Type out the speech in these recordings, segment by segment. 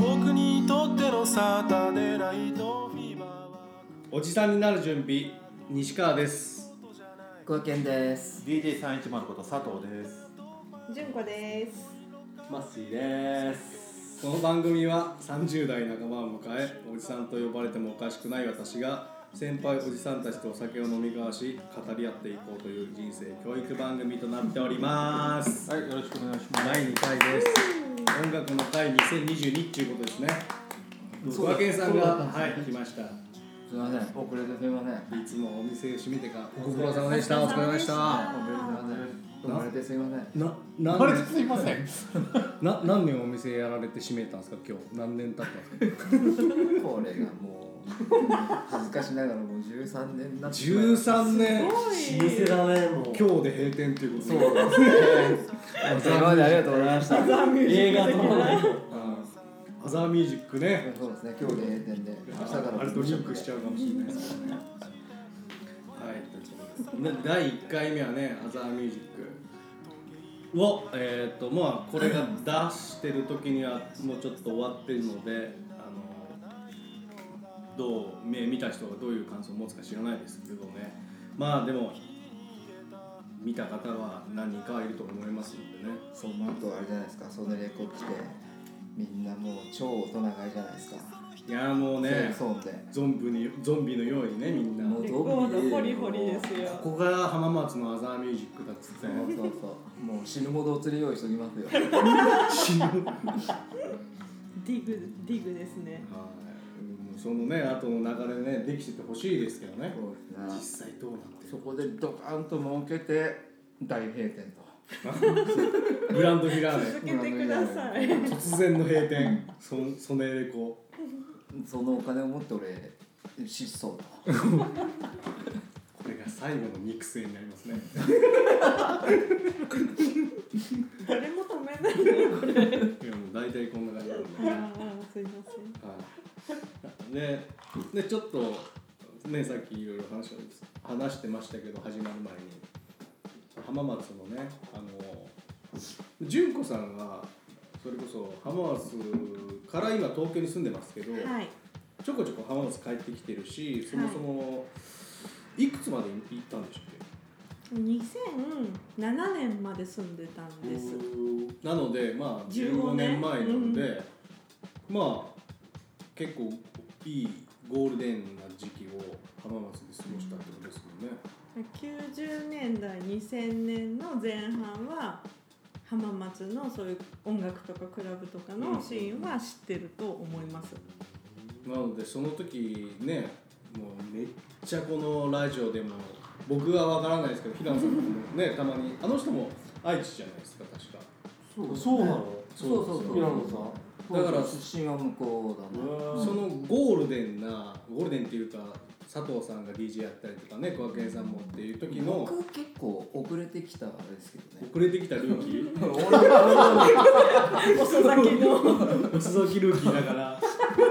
僕にとってのサタデーナイトフィーバーはおじさんになる準備西川です小池です。 DJ310 こと佐藤です純子です。マッシーですこの番組は30代半ばを迎えおじさんと呼ばれてもおかしくない私が先輩おじさんたちとお酒を飲み交わし語り合っていこうという人生教育番組となっておりますはいよろしくお願いしま第す2回です音楽の回2022っていうことですね小和健さんがはい来ましたすみません、遅れてすみません。いつもお店を閉めてからご苦労様でしたお疲れ様でした遅れてすみません。生まれてすみませな何ん。あれすいませんな何年お店やられて閉めたんですか今日何年経ったんですかこれがもう恥ずかしながらもう13年になってしまいました。 13年すごい。だねもう今日で閉店ということそでうですね。今までありがとうございました。映画とアザーミュージックねそうですね。今日で閉店で明日からあれとリンクしちゃう。うかもしれないですねはいな第1回目はねアザーミュージックをえっ、とまあこれが出してる時にはもうちょっと終わってるのであのどう目見た人がどういう感想を持つか知らないですけどねまあでも見た方は何人かいると思いますのでねその後あれじゃないですか。そのレコ来てみんなもう超大人がいいじゃないですか。いやーもうねそうで。ゾンビにゾンビのようにねみんなもうレコードホリホリですよ。ここが浜松のアザーミュージックだっつってそうそうそう。もう死ぬほどお釣り用意しときますよ。ディグディグですね。はいそのね後の流れねできててほしいですけどねそう実ですね。際どうなってそこでドカンと儲けて大閉店と。る グランドフィラー続レけてください。突然の閉店そソネレコそのお金を持って俺失踪こと。れが最後の肉声になりますね 誰も止めないよ。いやもう大体こんな感じなんで、あはあすいません。い、ででちょっとねさっきいろいろ話を話してましたけど始まる前に浜松のねあの純子さんがそれこそ浜松から今東京に住んでますけど、はい。ちょこちょこ浜松帰ってきてるしそもそも、い、くつまで行ったんでしたっ2007年まで住んでたんけです。なのでまあ15 15年年前なので、まあ結構いいゴールデンな時期を浜松で過ごしたってことですもんね。 90年代2000年の前半は浜松のそういう音楽とかクラブとかのシーンは知ってると思います。なのでその時ねもうめっちゃこのラジオでも僕は分からないですけど平野さんも ねたまにあの人も愛知じゃないですか確か。そうそうなのそうそうそう。平野んだから出身は向こうだな。そのゴールデンなゴールデンっていうか佐藤さんが DJ やったりとかね小涌さんもっていう時の僕結構遅れてきたあれですけどね。遅れてきたルーキー俺は 遅咲きの 遅咲きルーキーだから な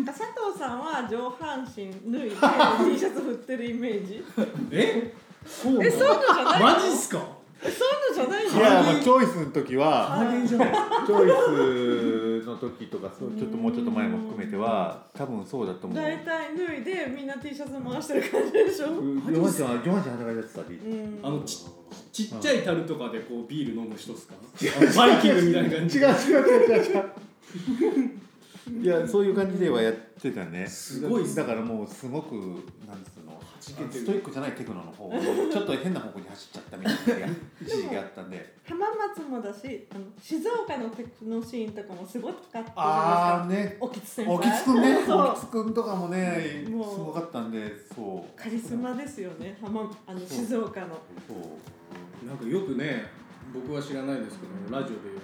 んか佐藤さんは上半身脱いで T シャツ振ってるイメージ。えそうなのえそういうのじゃないの？マジっすかそういうのじゃないいの？やまあチョイスの時は大変じゃないチョイスの時とかそうちょっともうちょっと前も含めては多分そうだと思う大体脱いでみんな T シャツ回してる感じでしょ。上半身は上半身裸になってたりうん。あのちちっちゃい樽とかでこうビール飲む人っすかあのバイキングみたいな感じ違う違う違う違ういやそういう感じではやってたねすごいっすねだからもうすごくなんつうのじけてるストイックじゃないテクノの方ちょっと変な方向に走っちゃったみたいな のが一時期あったんで浜松もだし、あの静岡のテクノシーンとかもすごかったじあゃあないですねか。おきつ先輩。おきつくんねそうおきつくんとかもねすもうごかったんでそうカリスマですよね。浜あの静岡の。そうなんかよくね僕は知らないですけどラジオで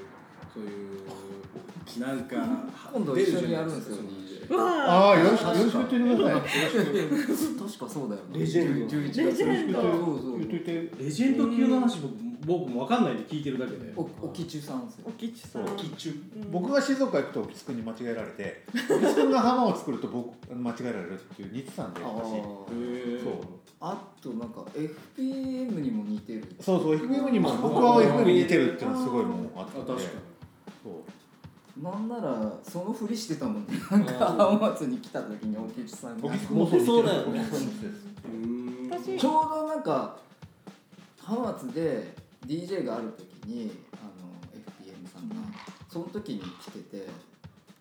そういうなんか今度一緒にやるんですよ出るじゃないうわあああよろしくよろしく言ってください 確かそうだよなレジェンド11月レジェンドそう言っといてレジェンド級の話僕僕も分かんないで聞いてるだけでそうおおきちゅさんですよおきちさんそうキッチュうん僕が静岡行くとキツくんに間違えられてキツくんが浜を作ると僕間違えられるっていう似てたんであ私ーそうあとなんか FPM にも似てるそうそう FM にも僕は FM に似てるっていうのはすごいもうあっあた確んかでにそうなんならそのふりしてたもんねなんか浜松に来た時におきちゅさんがおきつちくんもそう似てるそうだよねおきつくんもそうですうーん私ょうどなんか浜松で DJ がある時にあの FPM さんがその時に来てて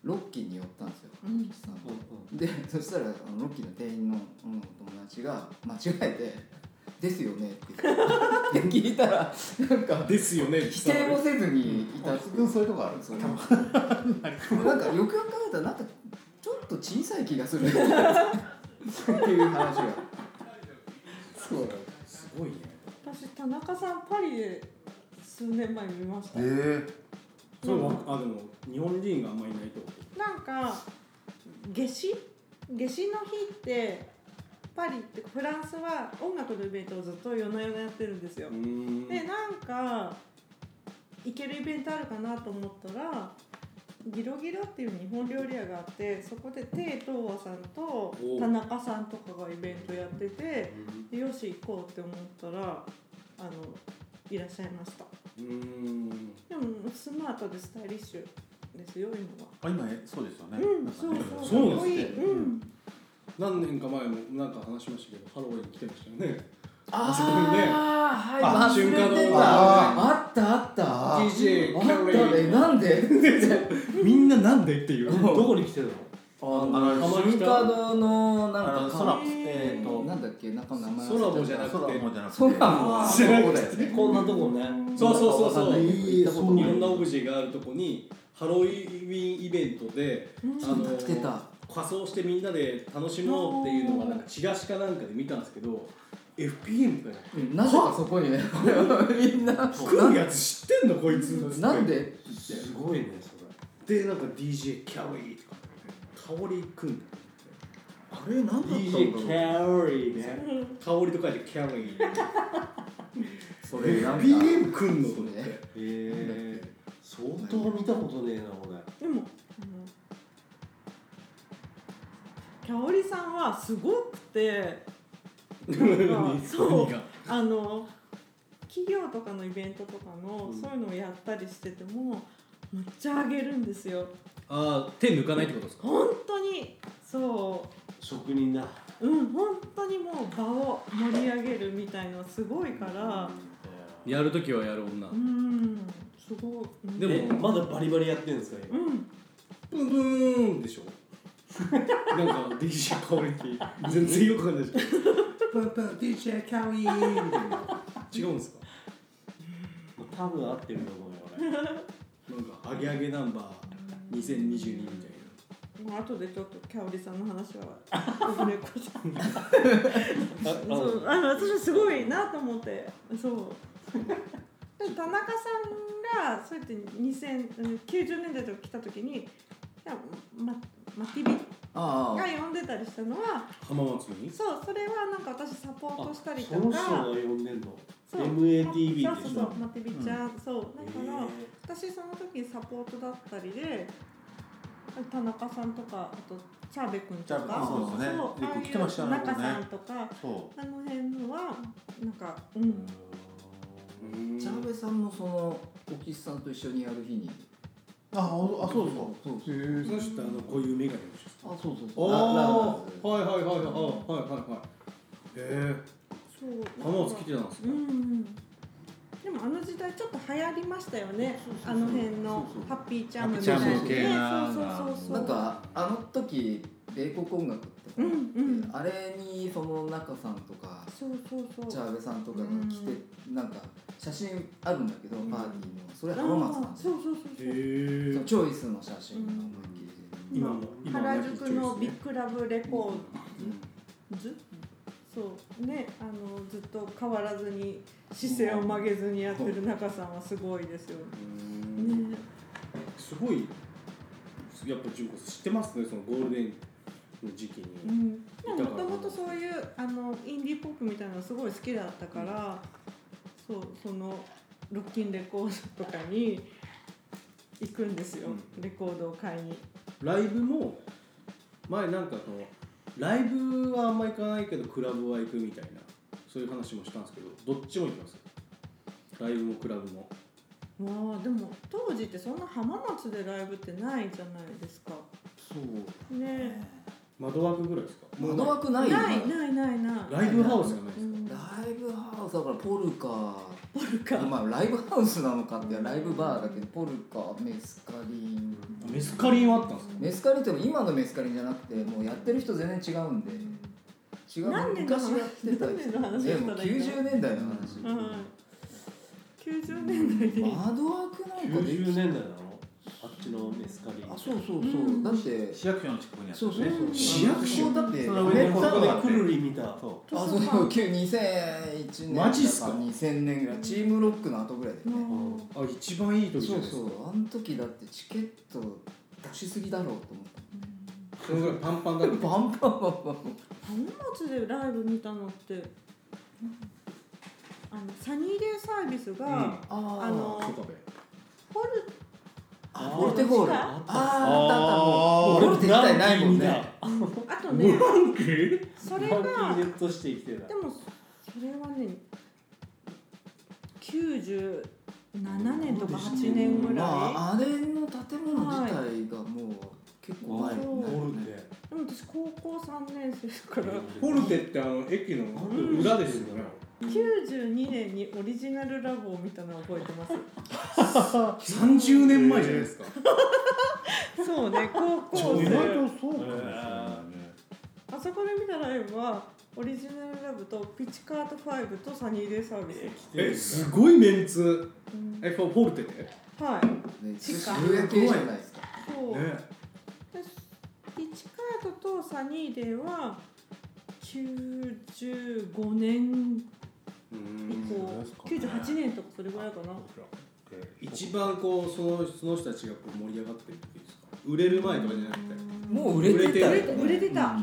ロッキーに寄ったんですようおんきちゅさんがでそしたらあのロッキーの店員のうん友達が間違えて「ですよね」って言って聞いたらなんかですよね否定もせずにいたおっきてつくんそういうとこあるそうなんかよくよく考えたらなんかちょっと小さい気がするっていう話がそうすごいね私田中さんパリで数年前見ました、えそれはあでも日本人があんまりいないとなんか夏至夏至の日ってパリってフランスは音楽のイベントをずっと夜な夜なやってるんですよ、うーんでなんか行けるイベントあるかなと思ったらギロギロっていう日本料理屋があってそこでテイ東和さんとお田中さんとかがイベントやっててでよし行こうって思ったらあのいらっしゃいましたうーんでもスマートでスタイリッシュですよ今はあ今えそうですよねうんなんかそうねそうそうなんかっこいいですねうん何年か前もなんか話しましたけどハロウィン来てましたよねあそこねあーはい忘れてあたあったあったあー DJ キあャっロたねレイなんでみんななんでっていううんどこに来てるのあのシルカドのなんかあの空ええーーとなんだっけ中の名前空もじゃな空もじゃなくてそうなのあそじゃなこくてだよねこんなとこねそうそうそうそうわかんないけど行ったこといないろんなオブジェがあるとこにハロウィンイベントで、うんあの来てた仮装してみんなで楽しもうっていうのがなんかチラシかなんかで見たんですけど FPM とかねうんなぜかそこにね みんな来るやつ知ってんのこいつなんでって言ってすごいねそれでなんか DJ キャロリーとか香りくんあれなんだったんだ DJ キろうャロリーね香りと書いてキャロリー それなんか FPM くんのと思って、ねええ相当見たことねえなこれでもあのキャオリさんはすごくてなんかそうあの企業とかのイベントとかうの、んそういうのをやったりしててもめっちゃあげるんですよああ手抜かないってことですか本当にそ職人だううん本当にもう場を盛り上げるみたいのはすごいからやるときはやる女うんすごいうんででももまだバリバリやってるんですか今うんブンブーンでしょ なんか DJ 香りって全然よくわかんないでしょブンブン DJ 香りみたいな違うんですか多分合ってると思うよなんかアゲアゲナンバー2022みたいなまあ後でちょっとキャオリさんの話はオフレコじゃん俺そうあの私はすごいなと思ってそうで田中さんがそうやって2090年代とか来た時にいやまマティビあがあ呼んでたりしたのは浜松にそうそれはなんか私サポートしたりとその人がか呼んでんのそう MATV でしょそうそうそうマティビちゃん、そうだから、え私その時サポートだったりで田中さんとかあとチャーベ君とチャーベか君そうですねよくああいう来てましたよね中さんとかそあの辺のはなんかうんチャーベさんもそのおきさんと一緒にやる日にうああそうそそううへえその人あのこういうメガネの人あそうそうそうあああはいはいはいはいはいはいはいへそうえ浜松来てたんですうんかうんでもあの時代ちょっと流行りましたよねあの辺のそうそうハッピーチャームみハッたピいーなチャーム系なそうそうそうそうなんかあの時米国音楽ってうんうんあれにその中さんとかそうそうそうチャーベさんとかが来てなんか写真あるんだけどパーティーのそれあー浜松なんですそうよそうそうそうそへのチョイスの写真が思いっきりえ今も今も原宿のビッグラブレコード出てるずそうねあのずっと変わらずに姿勢を曲げずにやってる中さんはすごいですよね。すごいすやっぱ純子さん知ってますねそのゴールデンの時期に、うん、でもだもからともとそういうあのインディーポップみたいなのすごい好きだったから、そうそのロッキンレコードとかに行くんですよ、うレコードを買いに。ライブも前なんかそのライブはあんま行かないけどクラブは行くみたいなそういう話もしたんですけどどっちも行きますライブもクラブもまあでも当時ってそんな浜松でライブってないじゃないですか。そうね窓枠ぐらいですかもう窓枠ないよねないないないない。ライブハウスじゃないでうすかん、ライブハウスだからポルカポルカ。まあライブハウスなのかってライブバーだけどポルカメスカリンメスカリンはあったんですかメスカリンっても今のメスカリンじゃなくてもうやってる人全然違うんで違う何年の昔話やってた何年の話ねだったもうらいいの90年代の話、はい。九十年代で。窓枠なんかでき90年代なのあっちのメスカリあそうそうそう、うんだって市役所の近くにあったそようそうねそう市役所あのだってその上ねのこここででくるり見たそあ図書そう館旧2001年マジっすかだら2000年ぐらいチームロックの後ぐらいだよね、うんあ一番いい時じゃそなういですそかうあの時だってチケット出しすぎだろうと思ってそのぐらいパンパンだったバンバンバンバン 浜松でライブ見たのってあのサニーデイサービスが、あーあの岡部ホルあボルテホールあああーあったあったもう俺ボルテ自体ないもんランキねあとねンキーそーれ見がたでランもキーネットして生きてたそれはね97年とか8年ぐらい、まああれの建物自体がもう結構前前にそうなるよおるねねでも私高校3年生だからポルテってあの駅の裏ですよね92年にオリジナルラボを見たのを覚えてます30年前じゃないですか そうね高校ちょうど生うかもしれないあそこで見たライブはオリジナルラブとピチカート5とサニーデイサービス、えすごいメンツうんえこうポルテでねはいね地下集約系じゃないですかそう、でピチカードとサニーデーは95年う以ん降、98年とかそれぐらいかな一番こうそのその人たちがこう盛り上がってる時ですか売れる前とかじゃなくてもう売れてたよ売れて売れてたうん94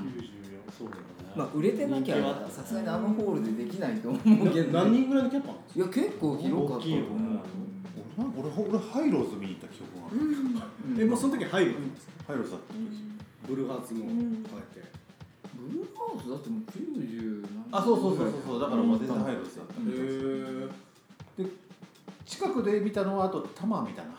そうだよねまあ売れてなきゃ人気はあったさすがにあのホールでできないと思うけどね何人ぐらいのキャパなんですいや結構広かったと思う俺なんか俺俺ハイローズ見に行った記憶があるうんかえもうその時入るんですかハイローズだったブルーハーツもうんこうやってブルーハウスだってもう90あそうそうそうそうそうだからもう全然ハイローズだったうんへ近くで見たのはあとタマー見たな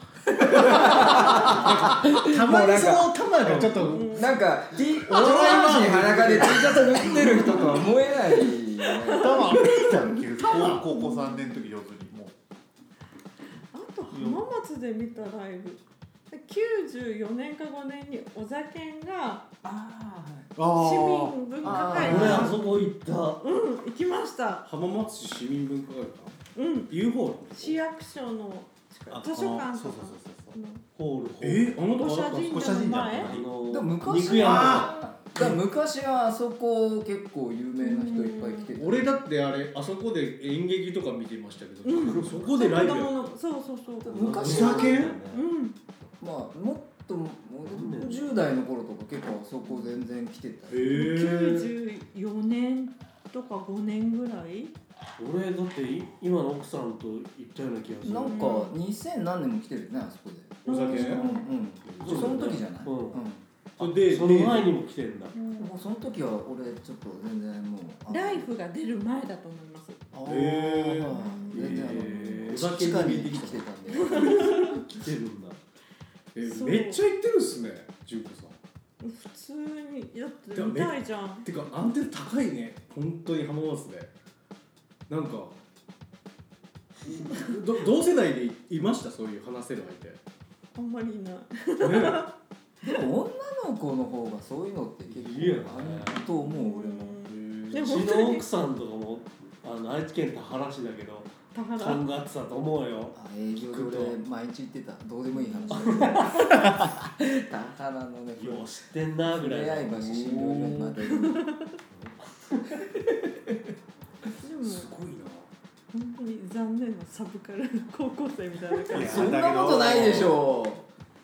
えたまにそのたまがちょっとうんなんか T お笑いマンに裸で T シャツ脱いでる人とは思えないタねマー見たの記憶高校3年の時上手にもうあと浜松で見たライブで94年か5年に小ざけんがあ市民文化会俺あ館そこ行ったうん行きました浜松市市民文化会館うんユーホール市役所の近くあ図書館そとかうそうそうそうそううんホールホールえあのとこあ五社ったんです神か社の前ああでのも昔肉屋のはだから昔はあそこ結構有名な人いっぱい来てて俺だってあれあそこで演劇とか見てましたけどそこでライブ子や供のそうそうそうだうから昔はねんまあもっともう10代の頃とか結構あそこ全然来てたへえ94年とか5年ぐらい俺だってい今の奥さんと行ったような気がするなんか2000何年も来てるよねあそこでお酒うんうんその時じゃないうんうんでその前にも来てんだでもその時は俺ちょっと全然もうあのライフが出る前だと思います。あーへー全然へあーのお酒地下に見に生き来てたんで 来てるんだえそうめっちゃ行ってるっすね純子さん普通にだって見たいじゃん。てか安定高いね本当に浜松でなんかど同世代でいましたそういう話せるあんまりいない。相手ねでも女の子の方がそういうのって結いいよね構あると思う俺もうでもち本の当に奥さんとかもあの愛知県田原市だけど田原。とんがってたと思うよあ営業で俺毎日行ってたどうでもいい話だけどだからのねよう知ってんなぐ触らいれ合い橋診療所にまででもすごいな本当に残念なサブカルの高校生みたいな感いじや。そんなことないでしょ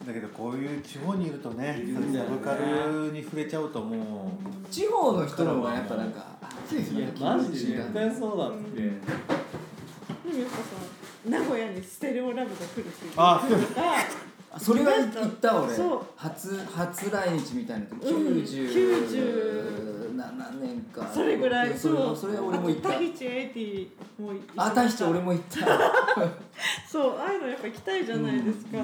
だけどこういう地方にいるとねいるんだよねサブカルに触れちゃうとも地方の人の方がやっぱなんか暑いですいやねマジで絶対ねそうだって、でもやっぱさ名古屋にステレオラブが来るっていうあ来るとかそれは行った俺そう初初来日みたいなとこうん97年かそれぐらいそれそれは俺も行っあたとタヒチエイティも行きましあたひち俺も行ったそうああいうのやっぱ行きたいじゃないですか、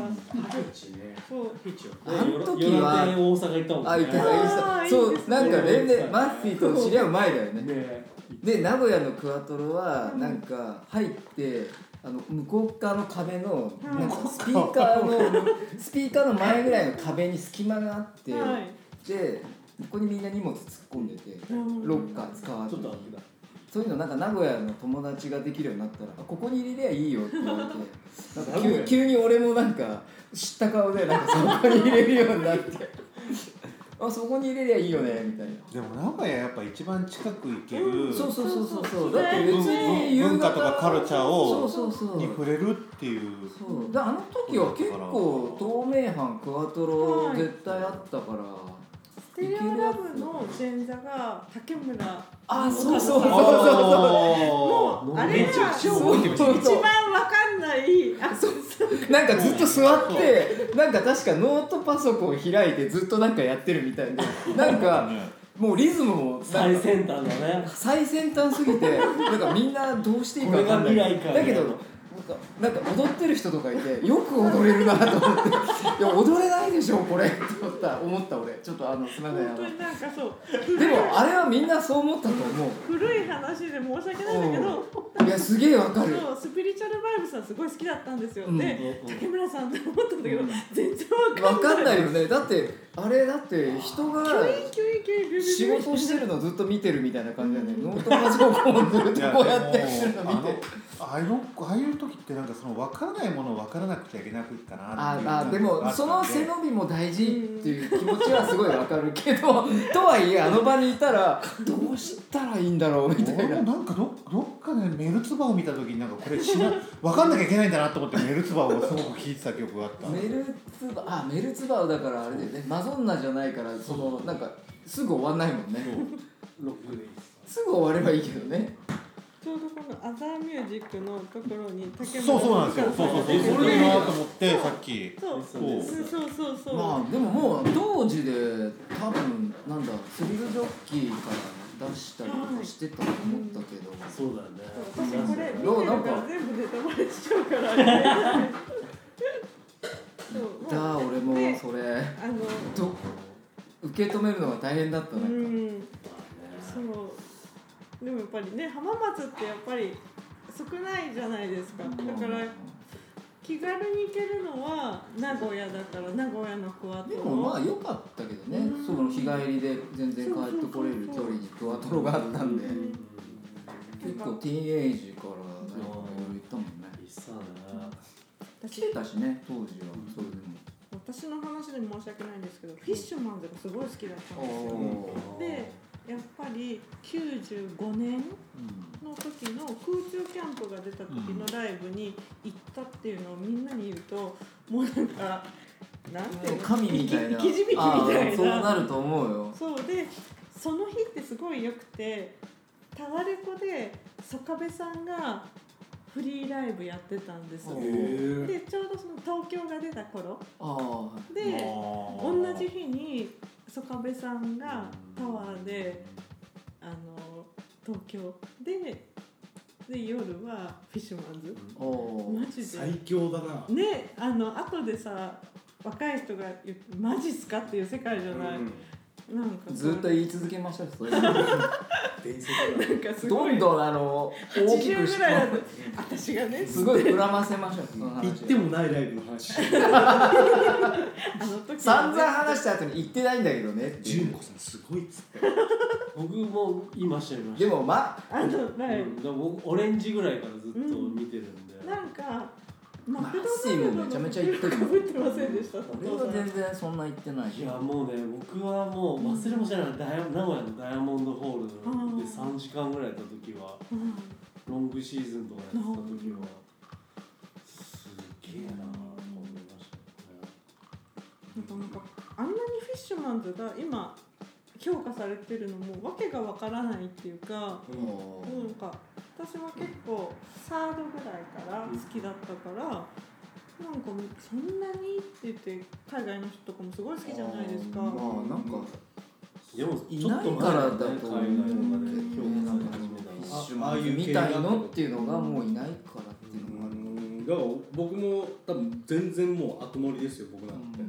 タヒチねそうタヒチはあの時は夜夜店大阪行ったもんねあ行ってたあー行ってたいいですそねうなんか全然マッフィーと知り合う前だよねねで名古屋のクワトロはなんか入ってあの向こう側の壁のはいなんかスピーカーのスピーカーの前ぐらいの壁に隙間があってはいでここにみんな荷物突っ込んでてうんロッカー使わちずょっにと開けたそういうのなんか名古屋の友達ができるようになったら「あここに入れりゃいいよ」って言 われてなんか名古屋急急に俺もなんか知った顔でなんかそこに入れるように なって「あそこに入れりゃいいよね」みたいな。うでも名古屋やっぱ一番近く行ける、そうそうそうそうそう。そうだって別に夕方文化とかカルチャーをそうそうそう。に触れるっていうそう。であの時は結構透明版クワトロ絶対あったから。ステレオラブの前座が竹村あそうそうそうああもうあれがめちゃくち一ゃ番覚えてるるそうそうわかんないあそうなんかずっと座ってなんか確かノートパソコン開いてずっとなんかやってるみたいでなんーかねもうリズムもなん最か先端だね最先端すぎ てなんかみんなどうしていいかわかんなこいれが未来かだけどなんかなんか踊ってる人とかいてよく踊れるなと思っていや踊れないでしょこれと思った思った俺ちょっとあのすみませんあの本当になんかそうでもあれはみんなそう思ったと思古い話で申し訳ないんだけどういやすげえわかるそうスピリチュアルバイブさんすごい好きだったんですよ、うんで竹村さんって思ったんだけど、うん全然わわかかんんなないいよねだってあれだって人がキュインキュインキュインキュイン仕事してるのずっと見てるみたいな感じだよねノートパソコンずっいとやこうやってやってるの見てあのあのああいう時ってなんかその分からないものを分からなくちゃいけなくかなあっていうあでもその背の伸びも大事っていう気持ちはすごいわかるけどとはいえあの場にいたらどうしたらいいんだろうみたい俺もななんかどどっかでメルツバを見た時になんかこれしな 分かんなきゃいけないんだなと思ってメルツバをすごく聴いてた曲があったメルツバあメルツバをだからあれだよねマゾンナじゃないからそのなんかすぐ終わんないもんねロックでいいすぐ終わればいいけどねちょうどこのアザーミュージックのところに竹そうそうなんですよそうそうそうそれいいなと思ってさっきそうそうそうそうそう、まあでももう当時で多分なんだスリルジョッキーから出したりとかしてたと思ったけど、そうだね私これ見てどうるなんからか全部ネタバレしちゃうからあれだねそうだまあ俺もでそれあのと受け止めるのが大変だったうなんかんそうでもやっぱりね浜松ってやっぱり少ないじゃないですかだから気軽に行けるのは名古屋だから名古屋のクワトでロもまあ良かったけどね、うんその日帰りで全然帰ってこれる距離にクワトロがあったんで、結構ティーンエイジからなんかいろいろ行ったもんねいっさだな来私てたしね当時はそれでも私の話で申し訳ないんですけどフィッシュマンズがすごい好きだったんですよおーでやっぱり95年の時の空中キャンプが出た時のライブに行ったっていうのをみんなに言うともうなんかなんていうの神みたいな生き生き字引きみあたいーなそうなると思うよそうでその日ってすごい良くてタワレコでソカベさんがフリーライブやってたんですおよーでちょうどその東京が出た頃ああで同同じ日にソカベさんがタワーであの東京でで夜はフィッシュマンズおおマジで最強だなねあの後でさ若い人が言って「マジっすか?」っていう世界じゃない、なんかずっとなん言い続けましたそれど伝説だなかすごいんどんあの大きく80しぐらいだてと私がねすごい膨らませましょうその話行ってもないライブの話あの時はね散々話した後に言ってないんだけどねっていう純子さんすごいっつって僕も今しちゃいましたでもまああのライうん、だから僕オレンジぐらいからずっと見てるんで、ブなんかママクッドシーナルもドのめちゃめちゃ言ってるもん被ってませんでした俺は全然そんな言ってないいやもうね僕はもう忘れもしないダイヤ名古屋のダイヤモンドホールでうん3時間ぐらいやった時はうんロングシーズンとかやってた時はすげえなと思いましたねそうなんかあんなにフィッシュマンズが今評価されてるのもわけがわからないっていうか、なんか私は結構サードぐらいから好きだったから、なんかそんなにって言って海外の人とかもすごい好きじゃないですか。まあなんかでもいないからだと思うけどねなんかフィッシュマンズみたいのっていうのがもういないからっていうのもあるうんだから僕も多分全然もう後乗りですよ僕なんて、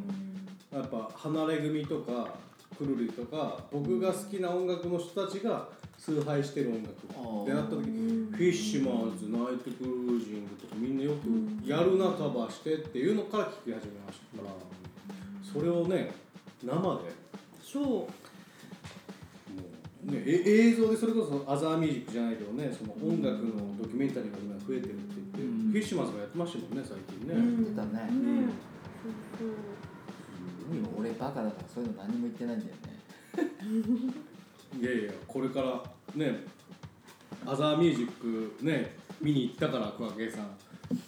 やっぱ離れ組とかくるりとか僕が好きな音楽の人たちが崇拝してる音楽ってなった時にフィッシュマンズナイトクルージングとかみんなよくやるなカバーしてっていうのから聴き始めましたからそれをね生でもそうう、ね、え映像でそれこそアザーミュージックじゃないけどねその音楽のドキュメンタリーが今増えてるって言って、うんフィッシュマンズがやってましたもんね最近ね。うん言ってたねね、そう今俺バカだからそういうの何も言ってないんだよねいやいやこれからねアザーミュージックね見に行ったから桑木さん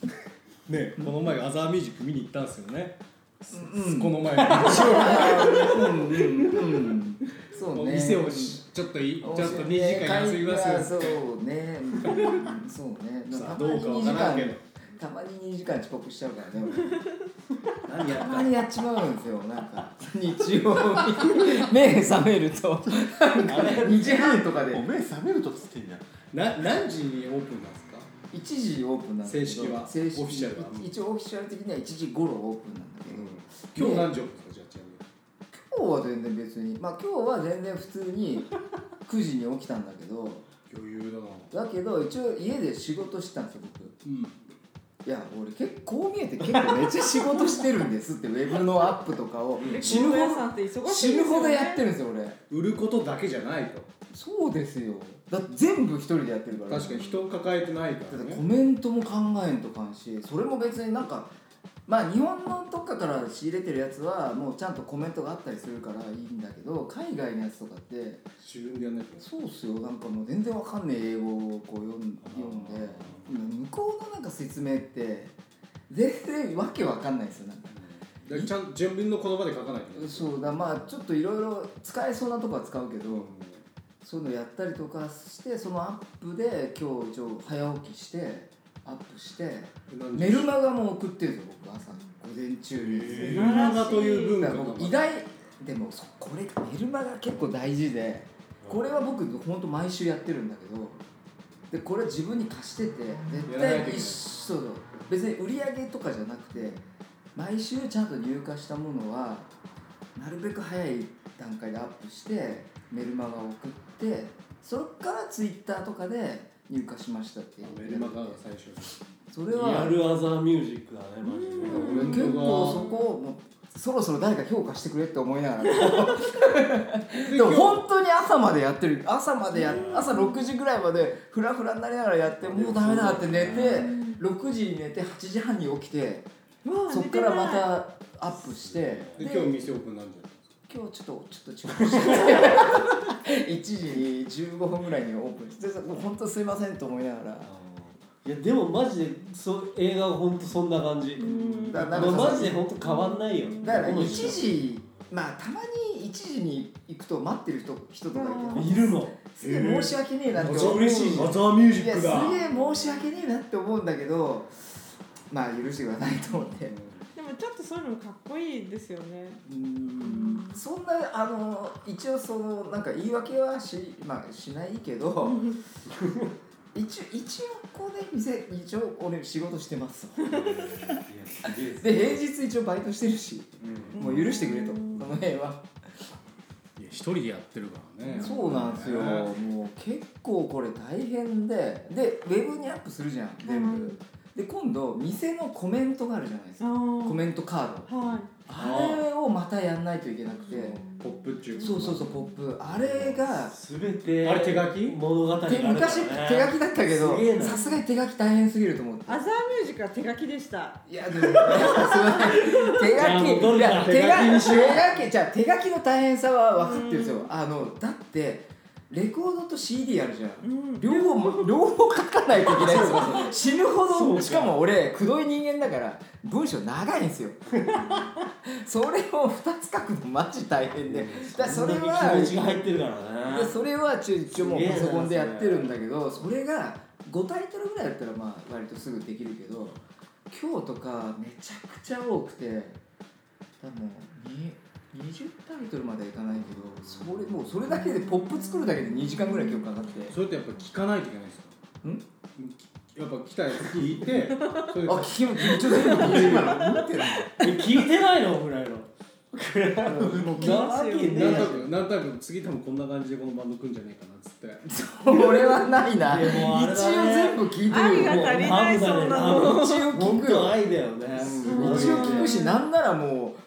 ねこの前アザーミュージック見に行ったんですよね、この前うんうんうんそうおね店をしちょっといちょっと2時間休みますそう ねうんそうねさあどうかわからんけどたまに2時間遅刻しちゃうから ね何俺やたっまたにやっちまうんですよなんか 日曜日目覚めるとなんか2時半とかでお目覚めるとっつってんじゃんな何時にオープンなんですか1時オープンなんだけ正ど式は正式オフィシャルはい一応オフィシャル的には1時頃オープンなんだけど、今日何時オープンですかじゃ今日は全然別にまあ今日は全然普通に9時に起きたんだけどあちなみに余裕だなだけど一応家で仕事してたんですよ僕うんいや俺結構こう見えて結構めっちゃ仕事してるんですってウェブのアップとかをそう。死ぬほ高野さんって忙しいですよどね。死ぬほどやってるんですよ俺売ることだけじゃないとそうですよだって全部一人でやってるから確かに人を抱えてないからだってコねメントも考えんとかんしそれも別になんかまあ日本のどっかから仕入れてるやつはもうちゃんとコメントがあったりするからいいんだけど海外のやつとかって自分でやんないとそうっすよなんかもう全然わかんねえ英語をこう読んあー読んで向こうのなんか説明って全然わけわかんないですよなんかだからちゃん自分の言葉で書かないとねそうだまあちょっといろいろ使えそうなとこは使うけど、うんそういうのやったりとかしてそのアップで今日一応早起きしてアップして何時メルマガも送ってるんですよ僕朝午前中メにルマガという文だ化からが僕意外でもそこれメルマガ結構大事でこれは僕本当毎週やってるんだけどでこれ自分に貸しててや絶らないといけ対ない一緒そうそう別に売り上げとかじゃなくて毎週ちゃんと入荷したものはなるべく早い段階でアップしてメルマガを送ってそっからツイッターとかで入荷しましたっていうメルマガが最初それリはアルアザーミュージックだねマジでうん俺結構そこをもうそろそろ誰か評価してくれって思いながらでも本当に朝までやってる朝までや朝6時ぐらいまでフラフラになりながらやってもうダメだって寝て6時に寝て8時半に起きてわあそっからまたアップしてでで今日店オープンなんじ今日ちょっとちょっと遅刻して 1時に15分ぐらいにオープンしてもう本当すいませんと思いながらいやでもマジでそう映画は本当そんな感じ、うんだからまなんかあ、さマジで本当変わんないよだからこの1人時まあたまに1時に行くと待ってる人人とかいているのすげえ申し訳ねえなゃっなてい思うアザーミュージいやすげえ申し訳ねえなって思うんだけどまあ許してくださいと思ってでもちょっとそういうのかっこいいですよね。うんそんなあの一応そのなんか言い訳はし,、まあ、しないけど一応一応ここで店一応俺仕事してますで平日一応バイトしてるしもう許してくれとこの辺は。いや一人でやってるからねそうなんですよ、ねもう結構これ大変ででウェブにアップするじゃん全部、はいで今度店のコメントがあるじゃないですあかコーメントカードはあれをまたやんないといけなくてポップっちゅうそうそうそうポップあれがすべてあれ手書き物語があるからてね昔手書きだったけどすげえなさすがに手書き大変すぎると思ってい。アザーミュージックは手書きでした。いやでもすいません手じゃあ書戻るきいかや手手書きに書き手書きじゃあ手書きの大変さは分かってるんですよあのだってレコードと CD あるじゃんうん両方も両方書かないといけないんですよ死ぬそほうどかしかも俺くどい人間だから文章長いんですよ それを2つ書くのマジ大変でだからそれは気持ちが入ってるからでねそれはちょ一応もうすげえパなソコンでやってるんだけどそれが5タイトルぐらいだったらまあ割とすぐできるけど今日とかめちゃくちゃ多くて多分に20タイトルまではいかないけどそれもうそれだけでポップ作るだけで2時間ぐらい今日かかってそれってやっぱ聞かないといけないんですかんきやっぱ来たやつ聞いてそれであ聞きも緊張するの今の見てるえ聞いてないのぐら いのもうなわけねなんとなくなんとなく次多分こんな感じでこのバンド組んじゃねえかなっつってそれはないな、いやもうあれだね一応全部聞いてるよもう愛が足りないそんなもう半の一応聞本くよ当愛だよね道をすごいよ聞ねくしなんならもう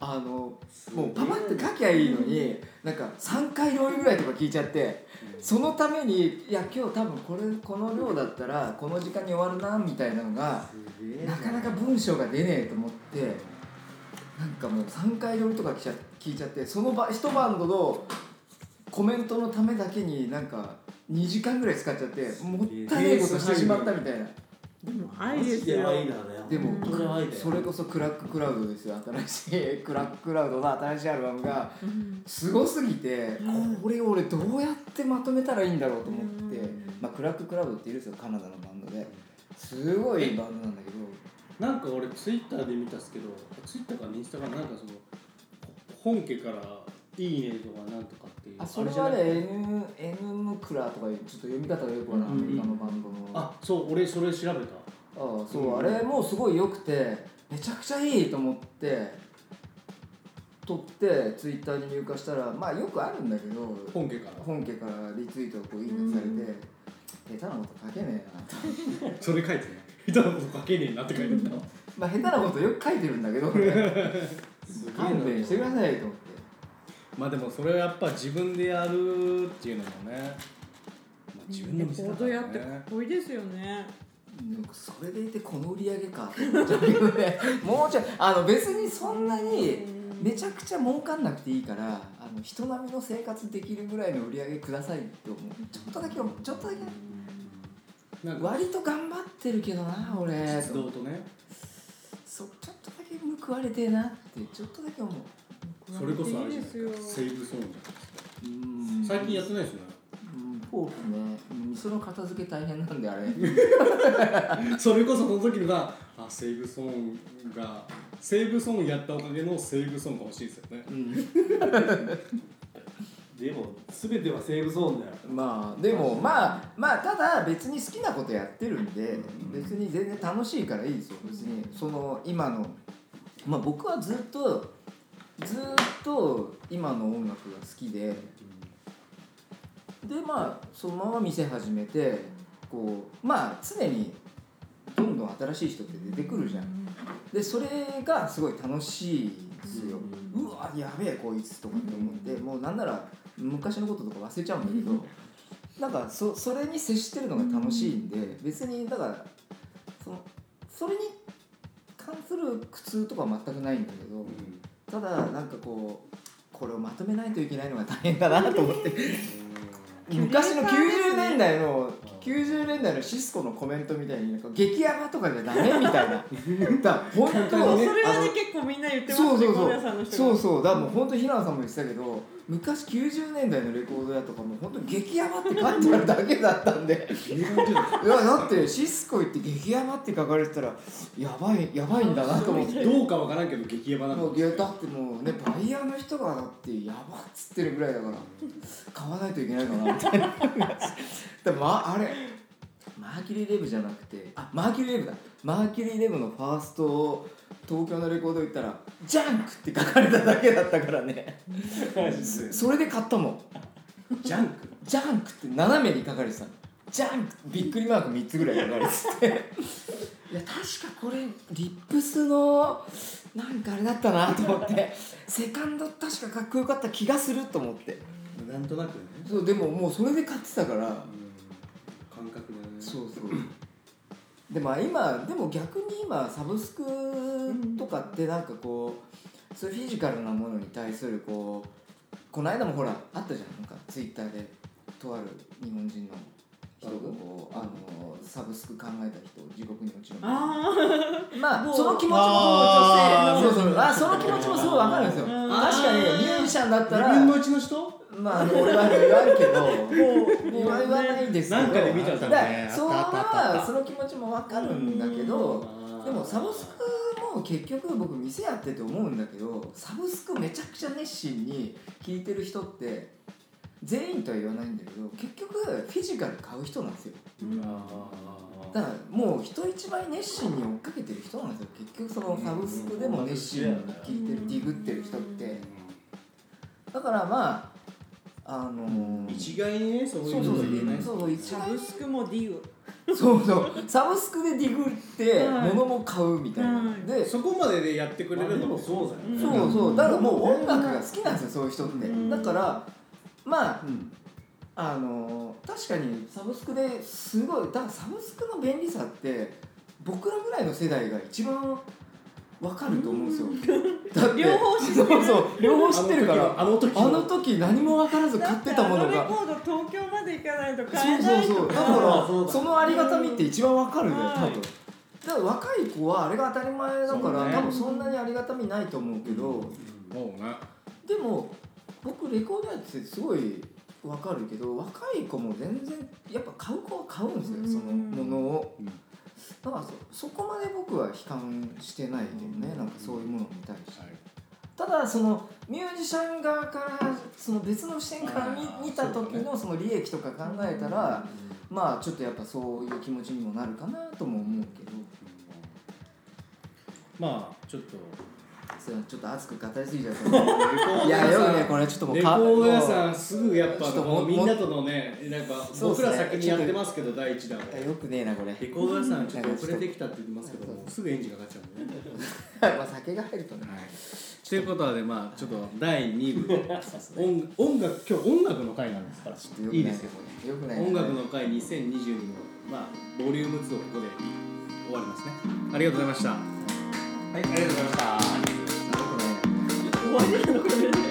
あのもうパパって書きゃいいのになんか3回料理ぐらいとか聞いちゃってそのためにいや今日多分これこの量だったらこの時間に終わるなみたいなのがなかなか文章が出ねえと思ってなんかもう3回料理とか聞いちゃ聞いちゃってその場一晩のコメントのためだけになんか2時間ぐらい使っちゃってもったいないことしてしまったみたいな。でも愛ですよマジ愛だねでも本当に愛だよそれこそクラッククラウドですよ新しいクラッククラウドの新しいアルバムがうんすごすぎてこれを俺どうやってまとめたらいいんだろうと思ってうん、まあ、クラッククラウドっているんですよカナダのバンドですごいバンドなんだけどなんか俺ツイッターで見たっすけどツイッターかインスタかなんかその本家から「いいね」とかなんとかっていうあそれじゃはなねい N, N ムクラとかいうちょっと読み方がよくわからないアメリカのバンドのああそう俺それ調べたあそうあれもすごい良くてめちゃくちゃいいと思って撮ってツイッターに入荷したらまあよくあるんだけど本家から本家からリツイートをこういいねされて、下手なこと書けねえなとそれ書いてね下手なこと書けねえなって書いてたまあ下手なことよく書いてるんだ けど俺勘弁してくださいと思ってまあでもそれはやっぱ自分でやるっていうのもね、まあ、自分レのコ店だーかドらやってかっねこいいですよね。なんかそれでいてこの売り上げかと思っちゃうけどねもうちょいあの別にそんなにめちゃくちゃ儲かんなくていいからあの人並みの生活できるぐらいの売り上げくださいって思うちょっとだけよちょっとだけなんか割と頑張ってるけどな俺活動とねそうちょっとだけ報われてえなってちょっとだけ思うそれこそあれじゃないいいでですかすセよ。ーブソングうん最近やってないですよねうんそうですね。うんその片付け大変なんであれ。それこそその時のがあセーブソングがセーブソングやったおかげのセーブソングが欲しいですよねうんでも全てはセーブゾーンだよまあでもまあまあただ別に好きなことやってるんで別に全然楽しいからいいですよ。別にその今のまあ僕はずっとずっと今の音楽が好きででまあそのまま店始めてこうまあ常にどんどん新しい人って出てくるじゃん。でそれがすごい楽しいんですよ、うわやべえこいつとかって思って、もうなんなら昔のこととか忘れちゃうんだけど、なんかそそれに接してるのが楽しいんで、別にだからそのそれに関する苦痛とかは全くないんだけど、ただなんかこうこれをまとめないといけないのが大変だなと思って 昔の90年代の90年代のシスコのコメントみたいになんか激ヤバとかじゃダメみたいな だから本当そねれはあのね結構みんな言ってますね。そうそうそレコード屋さんのう人がそうそうだからもう本当平野さんも言ってたけど昔90年代のレコード屋とかもう本当激ヤバって書いてあるだけだったん でいやだってシスコ行って激ヤバって書かれてたらやばいやばいんだなと思ってうんどうかわからんけど激ヤバなものういやだってもうねバイヤーの人がだってやばっつってるぐらいだから買わないといけないかなみたいな でもまああれマーキュリーレブじゃなくてあマーキュリーレブだマーキュリーレブのファーストを東京のレコード行ったら「ジャンク!」って書かれただけだったからね それで買ったもんジャンク「ジャンク!」って斜めに書かれてたの「ジャンク!」びっくりマーク3つぐらい書かれてて いや確かこれリップスのなんかあれだったなと思ってセカンド確かかっこよかった気がすると思ってなんとなくねそうでももうそれで買ってたから感覚でねそうそうでも今でも逆に今サブスクとかってなんかこうそういうフィジカルなものに対するこうこの間もほらあったじゃんなんかツイッターでとある日本人の人がこうあのサブスク考えた人を地獄に落ちるあま某あその気持ちもあーそうそうあその気持ちもすごいわかるんですようん確かにミュージシャンだったら自分のうちの人まああの俺は言わんけどあもう言わないんですけどなんかで見ちゃったねだからそのまあったあったあったまその気持ちもわかるんだけどでもサブスクも結局僕店やってて思うんだけどサブスクめちゃくちゃ熱心に聴いてる人って全員とは言わないんだけど結局フィジカル買う人なんですよだからもう人一倍熱心に追っかけてる人なんですよ結局そのサブスクでも熱心に聴いてるディグってる人ってだからまああのー一概にねそうそういそううのそう言えないそうそう一サ概ブにスクも D をそうそうサブスクでディグってはい物も買うみたいな、はいでそそこまででやってくれまあでるものそうだよねんうそうだからもう音楽が好きなんですよそういう人って、うんだからまあうんあのー確かにサブスクですごいだからサブスクの便利さって僕らぐらいの世代が一番わかると思うんですよ、だって両方知ってるそうそう両方知ってるからあの時あの時何も分からず買ってたものだってあがのレコード東京まで行かないと買そうえなそういとそうだかからそうだそのありがたみって一番わかるようん多分だから若い子はあれが当たり前だかそうら、ね多分そんなにありがたみないと思うけど、もうなでも僕レコードやっててすごいわかるけど若い子も全然やっぱ買う子は買うんですよ、うんそのものを、うんだからそそこまで僕は悲観してないけどね、なんかそういうものに対して、ただそのミュージシャン側からその別の視点から見あー見たそう時だねのその利益とか考えたら、まあちょっとやっぱそういう気持ちにもなるかなとも思うけどまあちょっとそれはちょっと熱く語りすぎち ゃったいやよくねこれちょっともうレコかード屋もさんすぐやっぱちょっとこものみんなとのねなんかそうっ僕すねら先にやってますけど第一弾をうよくねえなこれレコード屋さんちょっと遅れてきたって言いますけどもうすぐエンジンかかっちゃうんでね まあ酒が入るとねということでまあちょっと第2部で 音音楽今日音楽の回なんですからちょっとよくないいですよよくない音楽の会2022の、まあ、ボリューム2をここで終わりますねありがとうございましたはいありがとうございましたよくないな終わりなのこれ